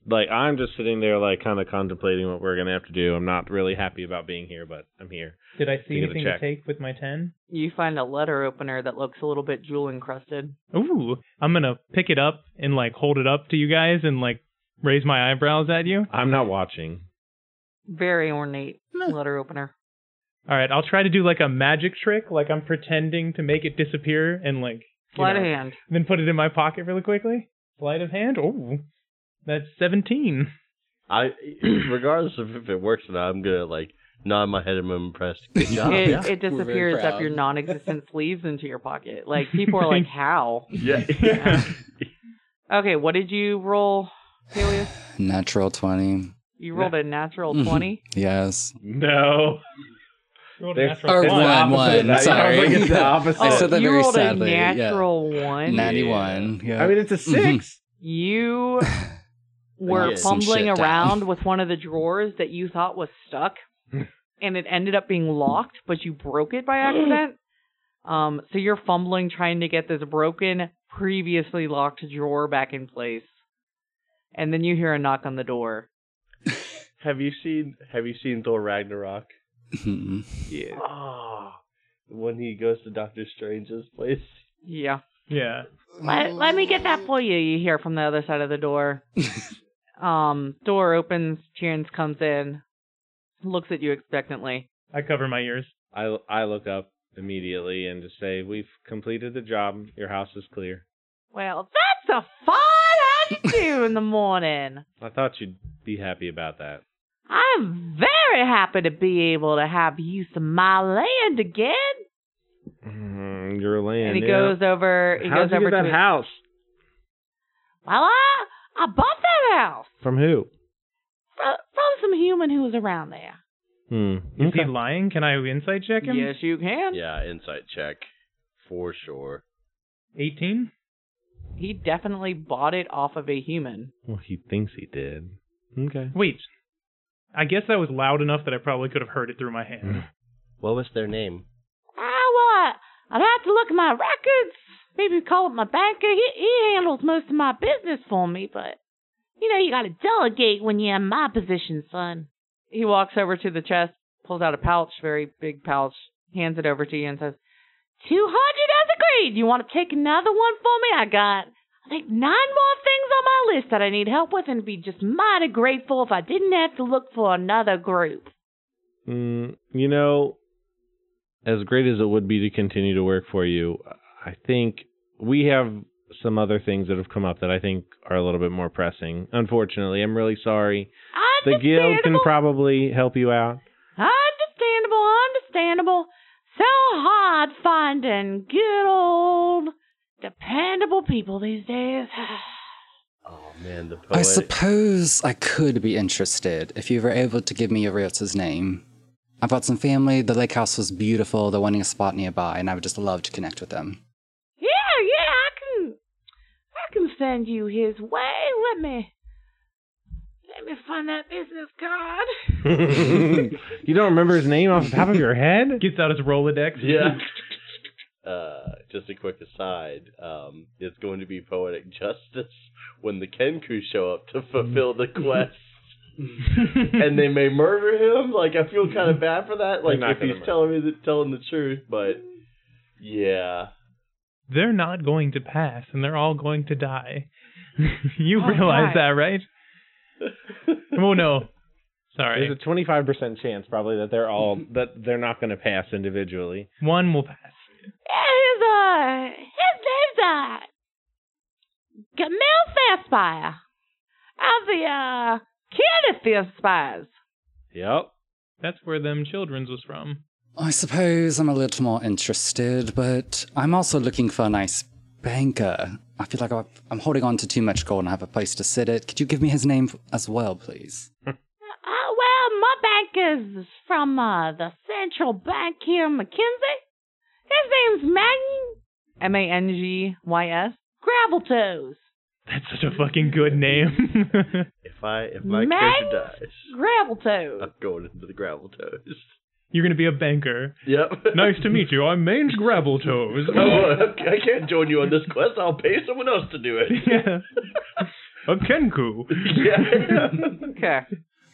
D: like I'm just sitting there, like kind of contemplating what we're gonna have to do. I'm not really happy about being here, but I'm here.
C: Did I see
D: Give it a
C: anything to
D: check.
C: take with my 10?
B: You find a letter opener that looks a little bit jewel encrusted.
C: Ooh, I'm gonna pick it up and like hold it up to you guys and like raise my eyebrows at you.
D: I'm not watching.
B: Very ornate letter opener.
C: All right, I'll try to do like a magic trick, like I'm pretending to make it disappear and like you
B: Sleight
C: know,
B: of hand.
C: then put it in my pocket really quickly. Sleight of hand. Ooh, that's 17.
E: I regardless of if it works or not, I'm gonna like nod my head and I'm impressed. Good
C: Oh,
E: job.
B: it, it
E: yeah.
F: We're very
B: disappears up
F: proud.
B: your non-existent sleeves into your pocket. Like people are like, how?
E: Yeah.
B: Okay, what did you roll, Helios?
F: Natural 20.
B: You rolled a natural
F: Mhm.
B: twenty.
F: Yes.
D: No.
C: Rolled a
D: There's-
C: natural
F: Or
D: It's the
C: one.
F: one,
D: opposite of
F: one.
D: that.
F: Sorry.
D: I was like, it's the opposite.
F: I said that
B: Oh, you
F: very
B: rolled
F: sadly.
B: a
F: yeah.
B: natural one.
F: 91. Yeah.
D: I mean, it's a 6
B: You were
E: Get
F: some
B: fumbling
F: shit done.
B: around with one of the drawers that you thought was stuck, and it ended up being locked, but you broke it by accident. Um, so you're fumbling trying to get this broken, previously locked drawer back in place, and then you hear a knock on the door.
E: Have you seen Have you seen Thor Ragnarok?
F: Mhm.
C: Yeah.
E: Oh, when he goes to Doctor Strange's place.
B: Yeah.
C: Yeah.
B: Let, let me get that for you, you hear from the other side of the door. um, door opens, Terrence comes in, looks at you expectantly.
C: I cover my ears.
D: I I look up immediately and just say, "We've completed the job. Your house is clear."
B: Well, that's a fine attitude in the morning.
D: I thought you'd be happy about that.
B: I'm very happy to be able to have use of my land again.
D: Mm, your land.
B: And he
D: yeah.
B: goes over. He goes
D: How'd you
B: over
D: get that
B: to.
D: house?
B: well, I I bought that house
D: From who?
B: from, from some human who was around there.
D: Hmm.
C: Is
D: okay.
C: he lying? Can I insight check him?
B: Yes, you can.
E: Yeah, insight check for sure.
C: 18.
B: He definitely bought it off of a human.
D: Well, he thinks he did. Okay.
C: Wait. I guess that was loud enough that I probably could have heard it through my
E: Mm-hmm.
C: hand.
E: What was their name?
B: I Ah, well, I- I'd have to look at my records. Maybe call up my banker. He he handles most of my business for me, but you know you gotta delegate when you're in my position, son. He walks over to the chest, pulls out a pouch, very big pouch, hands it over to you and says, Two hundred as agreed. You wanna take another one for me? I got I think nine more things on my list that I need help with and be just mighty grateful if I didn't have to look for another group.
D: Mm, you know, as great as it would be to continue to work for you, I think we have some other things that have come up that I think are a little bit more pressing. Unfortunately, I'm really sorry. The guild can
B: Understandable.
D: probably help you out.
B: Understandable, understandable. So hard finding good old dependable people these days.
E: Oh man, the
F: I
E: poet.
F: suppose I could be interested if you were able to give me Ariot's name. I bought some family, the lake house was beautiful, they're wanting a spot nearby, and I would just love to connect with them.
B: yeah, yeah, I can I can send you his way. Let me let me find that business card.
D: you don't remember his name off the top of your head?
C: Gets out his Rolodex.
E: yeah. Uh, just a quick aside. Um, it's going to be poetic justice when the Kenku show up to fulfill the quest, and they may murder him. Like I feel kind of bad for that. Like
D: not
E: if
D: gonna
E: he's
D: murder
E: telling me the, telling the truth, but yeah,
C: They're not going to pass, and they're all going to die. you
B: Oh, God.
C: realize that, right? Oh no. Sorry.
D: There's a 25% chance probably that they're all that they're not going to pass individually.
C: One will pass.
B: Yeah, his uh his name's uh Camille Fairspire. Of the uh Kenneth Fairspires.
D: Yep.
C: That's where them children's was from.
F: I suppose I'm a little more interested, but I'm also looking for a nice banker. I feel like I've- I'm holding on to too much gold and I have a place to sit it. Could you give me his name as well, please?
G: Uh, well, my bank is from uh, the central bank here in McKinsey. His name's Maggie
B: M A N G Y S.
G: Graveltoes.
C: That's such a fucking good name.
E: If I if my
G: Nice.
E: character dies,
G: Graveltoes.
B: Uh.
E: I'm going into the gravel toes.
C: You're gonna be a banker.
E: Yep.
C: Nice to meet you. I'm Mange Graveltoes.
E: Oh, I can't join you on this quest. I'll pay someone else to do it.
C: yeah. Of Kenku.
E: yeah.
B: Okay.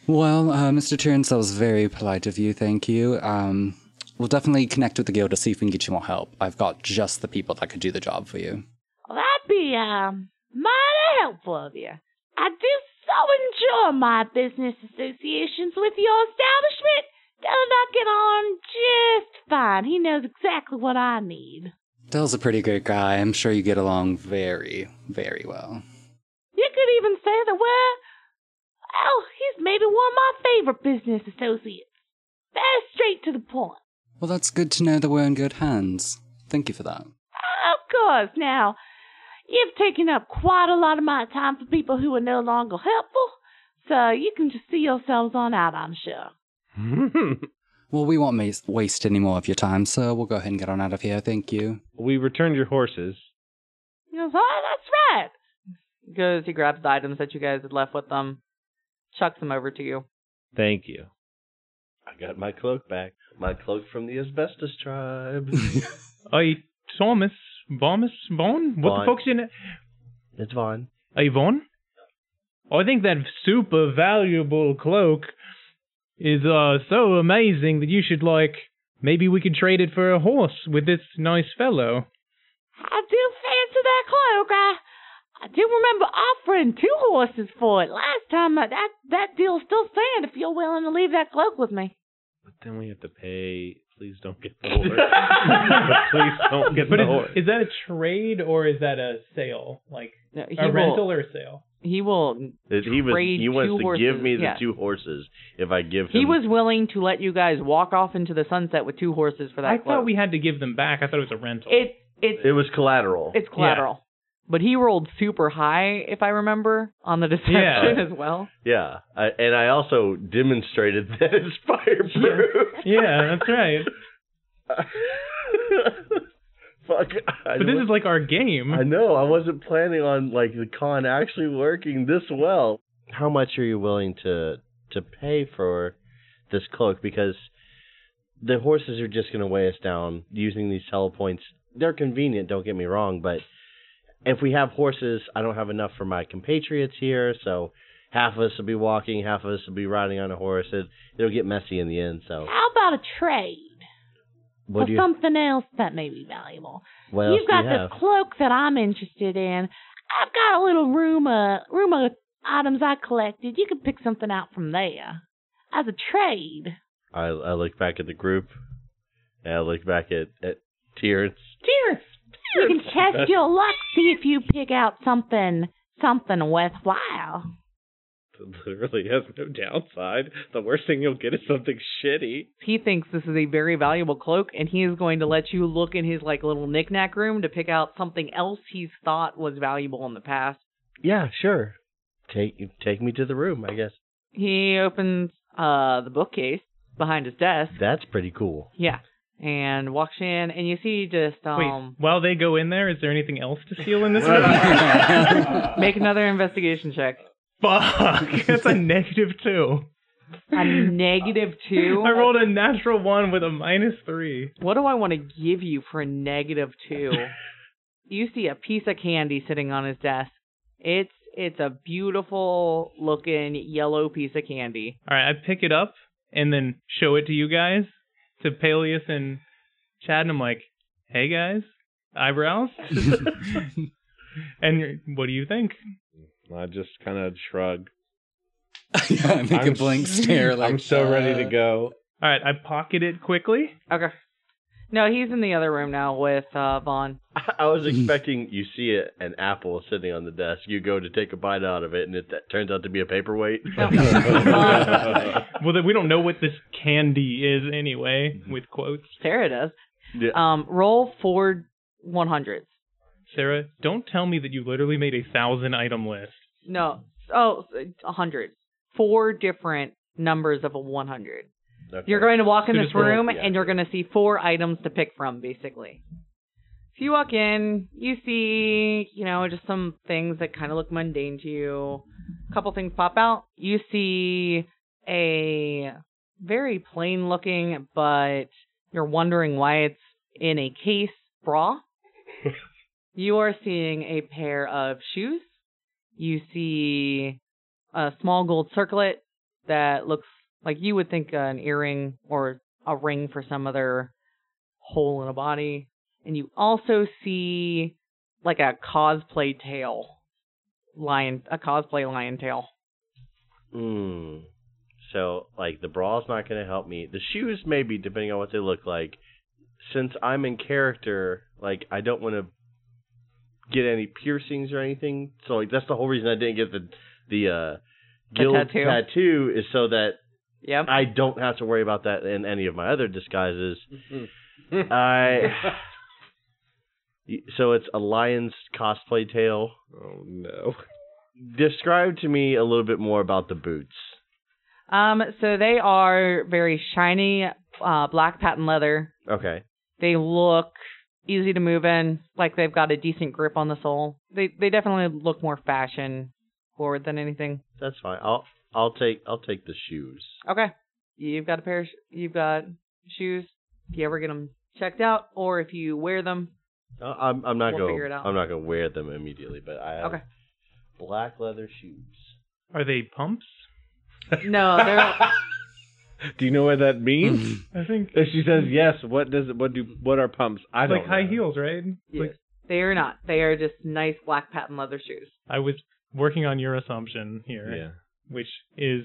F: Well, uh, Mr. Terrence, that was very polite of you. Thank you. Um, we'll definitely connect with the guild to see if we can get you more help. I've got just the people that could do the job for you.
G: Well, that'd be um, mighty helpful of you. I do so enjoy my business associations with your establishment. They'll not get on just fine. He knows exactly what I need.
F: Dell's a pretty good guy. I'm sure you get along very, very well.
G: You could even say that we're, well, he's maybe one of my favorite business associates. Very straight to the point.
F: Well, that's good to know that we're in good hands. Thank you for that.
G: Of course, now, you've taken up quite a lot of my time for people who are no longer helpful, so you can just see yourselves on out, I'm sure.
F: Well, we won't mas- waste any more of your time, so we'll go ahead and get on out of here. Thank you.
D: we returned your horses.
G: He goes, oh, that's right.
B: He goes, he grabs the items that you guys had left with them, chucks them over to you.
D: Thank you.
E: I got my cloak back. My cloak from the asbestos tribe.
C: I Thomas Vomus Vaughn? What the
E: Vaughn.
C: fuck's your name?
E: It's Vaughn.
C: Yvonne? I think that super valuable cloak is uh so amazing that you should like maybe we could trade it for a horse with this nice fellow.
G: I do fancy that cloak. I, I do remember offering two horses for it last time. but That, that deal's still stand if you're willing to leave that cloak with me.
D: But then we have to pay. Please don't get the horse. Please don't get
C: But
D: the
C: is,
D: horse.
C: is that a trade or is that a sale? Like
B: No, He
C: a rental
B: will.
C: or a sale?
B: He will.
E: That He was.
B: Trade
E: He wants
B: two
E: to
B: horses,
E: give me the
B: yeah.
E: two horses if I give him.
B: He was willing to let you guys walk off into the sunset with two horses for that.
C: I
B: cloak.
C: thought we had to give them back. I thought it was a rental.
B: It it's
E: It was collateral.
B: it's collateral, but he rolled super high, if I remember, on the deception
C: Yeah.
B: as well.
E: yeah, I, and I also demonstrated that it's fireproof.
C: yeah, that's right.
E: Fuck. I,
C: But this is like our game.
E: I know. I wasn't planning on like the con actually working this well. How much are you willing to to pay for this cloak? Because the horses are just going to weigh us down using these tele points. They're convenient. Don't get me wrong, but if we have horses, I don't have enough for my compatriots here. So half of us will be walking, half of us will be riding on a horse. It, it'll get messy in the end. So
G: How about a trade
E: what
G: for
E: do you?
G: something else that may be valuable?
E: What else
G: You've
E: do
G: got
E: you
G: this
E: have?
G: cloak that I'm interested in. I've got a little room of room of items I collected. You could pick something out from there as a trade.
E: I I look back at the group, and I look back at at Terrence.
G: Cheers. You can test your luck, see if you pick out something something worthwhile.
D: literally has no downside. The worst thing you'll get is something shitty.
B: He thinks this is a very valuable cloak, and he is going to let you look in his like little knickknack room to pick out something else he's thought was valuable in the past.
E: Yeah, sure. Take take me to the room. I guess
B: He opens uh the bookcase behind his desk.
E: that's pretty cool.
B: Yeah. And walks in and you see just
C: Wait,
B: um
C: while they go in there, is there anything else to steal in this room?
B: make another investigation check.
C: Fuck, that's a negative two.
B: A negative two.
C: I rolled a natural one with a minus three.
B: What do I want to give you for a negative two? you see a piece of candy sitting on his desk. It's it's a beautiful looking yellow piece of candy.
C: All right, I pick it up and then show it to you guys, to Peleus and Chad, and I'm like, "Hey guys, eyebrows." and you're- what do you think?
D: I just kind of shrug.
F: yeah, make a
D: I'm
F: blank
D: s-
F: stare. Like
D: I'm so ready to
F: uh,
D: go.
C: All right, I pocket it quickly.
B: Okay. No, he's in the other room now with uh, Vaughn.
E: I I was expecting you see a, an apple sitting on the desk. You go to take a bite out of it, and it that turns out to be a paperweight.
B: Vaughn.
C: Well, then we don't know what this candy is anyway,
D: Mm-hmm.
C: with quotes.
B: Sarah does.
E: Yeah.
B: Um, roll four 100s.
C: Sarah, don't tell me that you literally made a thousand item list.
B: No. Oh, a 100. Four different numbers of a 100.
E: Okay.
B: You're going to walk in
C: So
B: this
C: just roll,
B: room
E: yeah.
B: and you're going to see four items to pick from, basically. So you walk in, you see, you know, just some things that kind of look mundane to you. A couple things pop out. You see a very plain looking, but you're wondering why it's in a case bra. you are seeing a pair of shoes. You see a small gold circlet that looks like you would think uh, an earring or a ring for some other hole in a body. And you also see like a cosplay tail lion, a cosplay lion tail.
E: Mm. So, like, the bra's not going to help me. The shoes, maybe, depending on what they look like. Since I'm in character, like, I don't want to get any piercings or anything. So, like, that's the whole reason I didn't get the the uh,
B: The
E: guild
B: tattoo.
E: tattoo is so that
B: Yep.
E: I don't have to worry about that in any of my other disguises. Mm-hmm. I. So it's a lion's cosplay tail.
D: Oh no.
E: Describe to me a little bit more about the boots.
B: Um, so they are very shiny, uh, black patent leather.
E: Okay.
B: They look easy to move in, like they've got a decent grip on the sole. They they definitely look more fashion forward than anything.
E: That's fine. I'll I'll take I'll take the shoes.
B: Okay. You've got a pair. Of sh- you've got shoes. If you ever get them checked out, or if you wear them,
E: Uh, I'm I'm not
B: We'll figure it
E: going
B: out.
E: I'm not going to wear them immediately, but I have
B: Okay.
E: black leather shoes.
C: Are they pumps?
B: no, they're
D: Do you know what that means?
C: I think
D: if she says yes, what does what do what are pumps? I don't
C: like high
D: know.
C: heels, right? Like
B: they are not. They are just nice black patent leather shoes.
C: I was working on your assumption here,
D: Yeah.
C: which is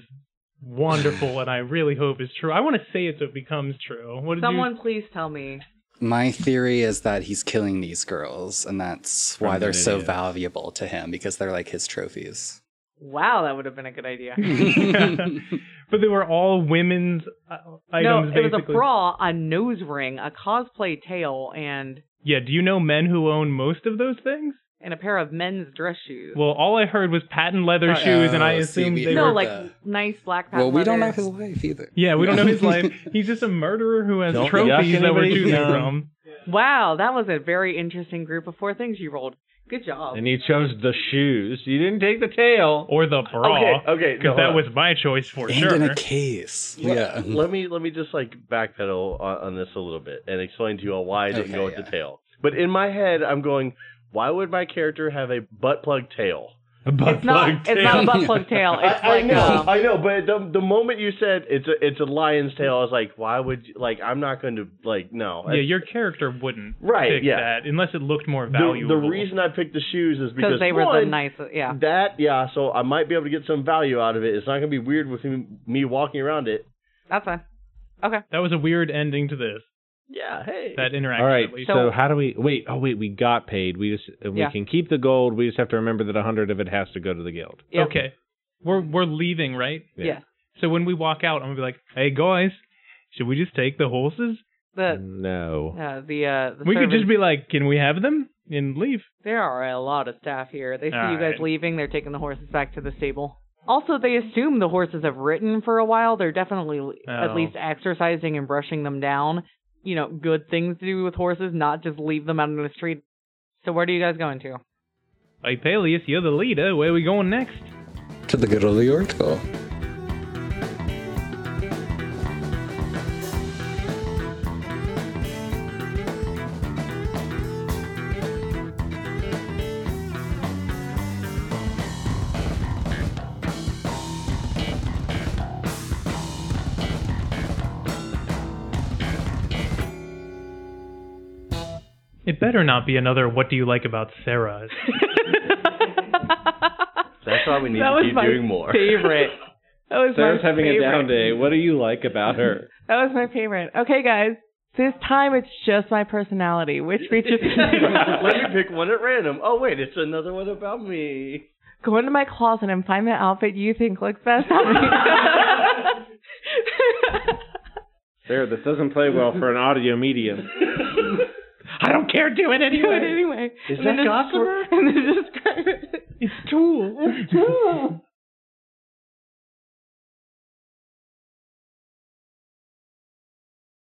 C: wonderful, and I really hope is true. I want to say it so it becomes true. What did
B: Someone, please tell me.
F: My theory is that he's killing these girls, and that's why
D: From
F: they're
D: an
F: so
D: idiot.
F: valuable to him because they're like his trophies.
B: Wow, that would have been a good idea.
C: you? but they were all women's uh,
B: no,
C: items.
B: it was a
C: basically.
B: bra, a nose ring, a cosplay tail, and
C: Yeah. Do you know men who own most of those things?
B: and a pair of men's dress shoes.
C: Well, all I heard was patent leather shoes, and I
F: Oh,
C: assumed
F: see, we
C: they
B: no,
C: were.
B: like
F: the-
B: nice black patent.
F: well, we don't know
B: leather.
F: his life either.
C: yeah, we don't know his life. He's just a murderer who has
D: Don't
C: trophies
D: yuck Um,
C: that we're
D: anybody's
C: choosing
D: yum.
C: from.
B: Wow, that was a very interesting group of four things you rolled. Good job.
D: And you chose the shoes. You didn't take the tail.
C: Or the bra.
E: Okay, okay, no,
C: Because that
E: hold
C: was my choice for
F: And
C: sure.
F: in a case. Yeah.
C: Mm-hmm.
E: Let me let me just like backpedal on, on this a little bit and explain to you all why I didn't
F: Okay,
E: go with
F: yeah.
E: the tail. But in my head, I'm going, why would my character have a butt plug tail?
B: it's not. It's not a butt plug tail. It's
E: I, I
B: like
E: know,
B: um,
E: uh, I know, but the the moment you said it's a it's a lion's tail, I was like, why would you, like I'm not going to like no.
C: Yeah, your character wouldn't
E: Right,
C: pick
E: yeah.
C: that unless it looked more
E: the,
C: valuable.
E: the reason I picked the shoes is because
B: because they were the
E: one,
B: nicest. Yeah.
E: That yeah, so I might be able to get some value out of it. It's not gonna be weird with me, me walking around it.
B: That's fine.
C: that was a weird ending to this.
E: Yeah, hey.
C: That interaction.
D: All right.
C: at least.
D: So,
B: So-
D: how do we wait? Oh wait, we got paid. We just we
B: Yeah.
D: can keep the gold. We just have to remember that a hundred of it has to go to the guild.
B: Yeah.
C: Okay, we're we're leaving, right?
B: Yeah.
C: So when we walk out, I'm gonna be like, "Hey guys, should we just take the horses?
B: The
D: no.
B: uh, the uh the
C: Mm. we could
B: servants-
C: just be like, can we have them and leave?
B: There are a lot of staff here. They see you guys
C: Alright.
B: leaving. They're taking the horses back to the stable. Also, they assume the horses have ridden for a while. They're definitely
C: Oh.
B: at least exercising and brushing them down. You know, good things to do with horses, not just leave them out on the street. So, where do you guys going to?
C: Hey Peleus, you're the leader. Where are we going next?
F: To the good old Yorkville.
C: It better not be another. What do you like about Sarah?
E: That's why we need
B: That
E: to
B: was
E: keep
B: my
E: doing more.
B: Favorite. That was
D: Sarah's
B: my
D: having
B: favorite.
D: a down day. What do you like about her?
B: That was my favorite. Okay, guys, This time it's just my personality, which reaches
E: Let me pick one at random. Oh wait, it's another one about me.
B: go into my closet and find the outfit you think looks best on me.
D: There, this doesn't play well for an audio medium. I don't care. Do it
B: Do it
D: anyway.
B: anyway.
E: Is
B: And then
E: that
B: just-
E: Gossamer?
B: And then describe it.
C: It's Tool.
B: Tool.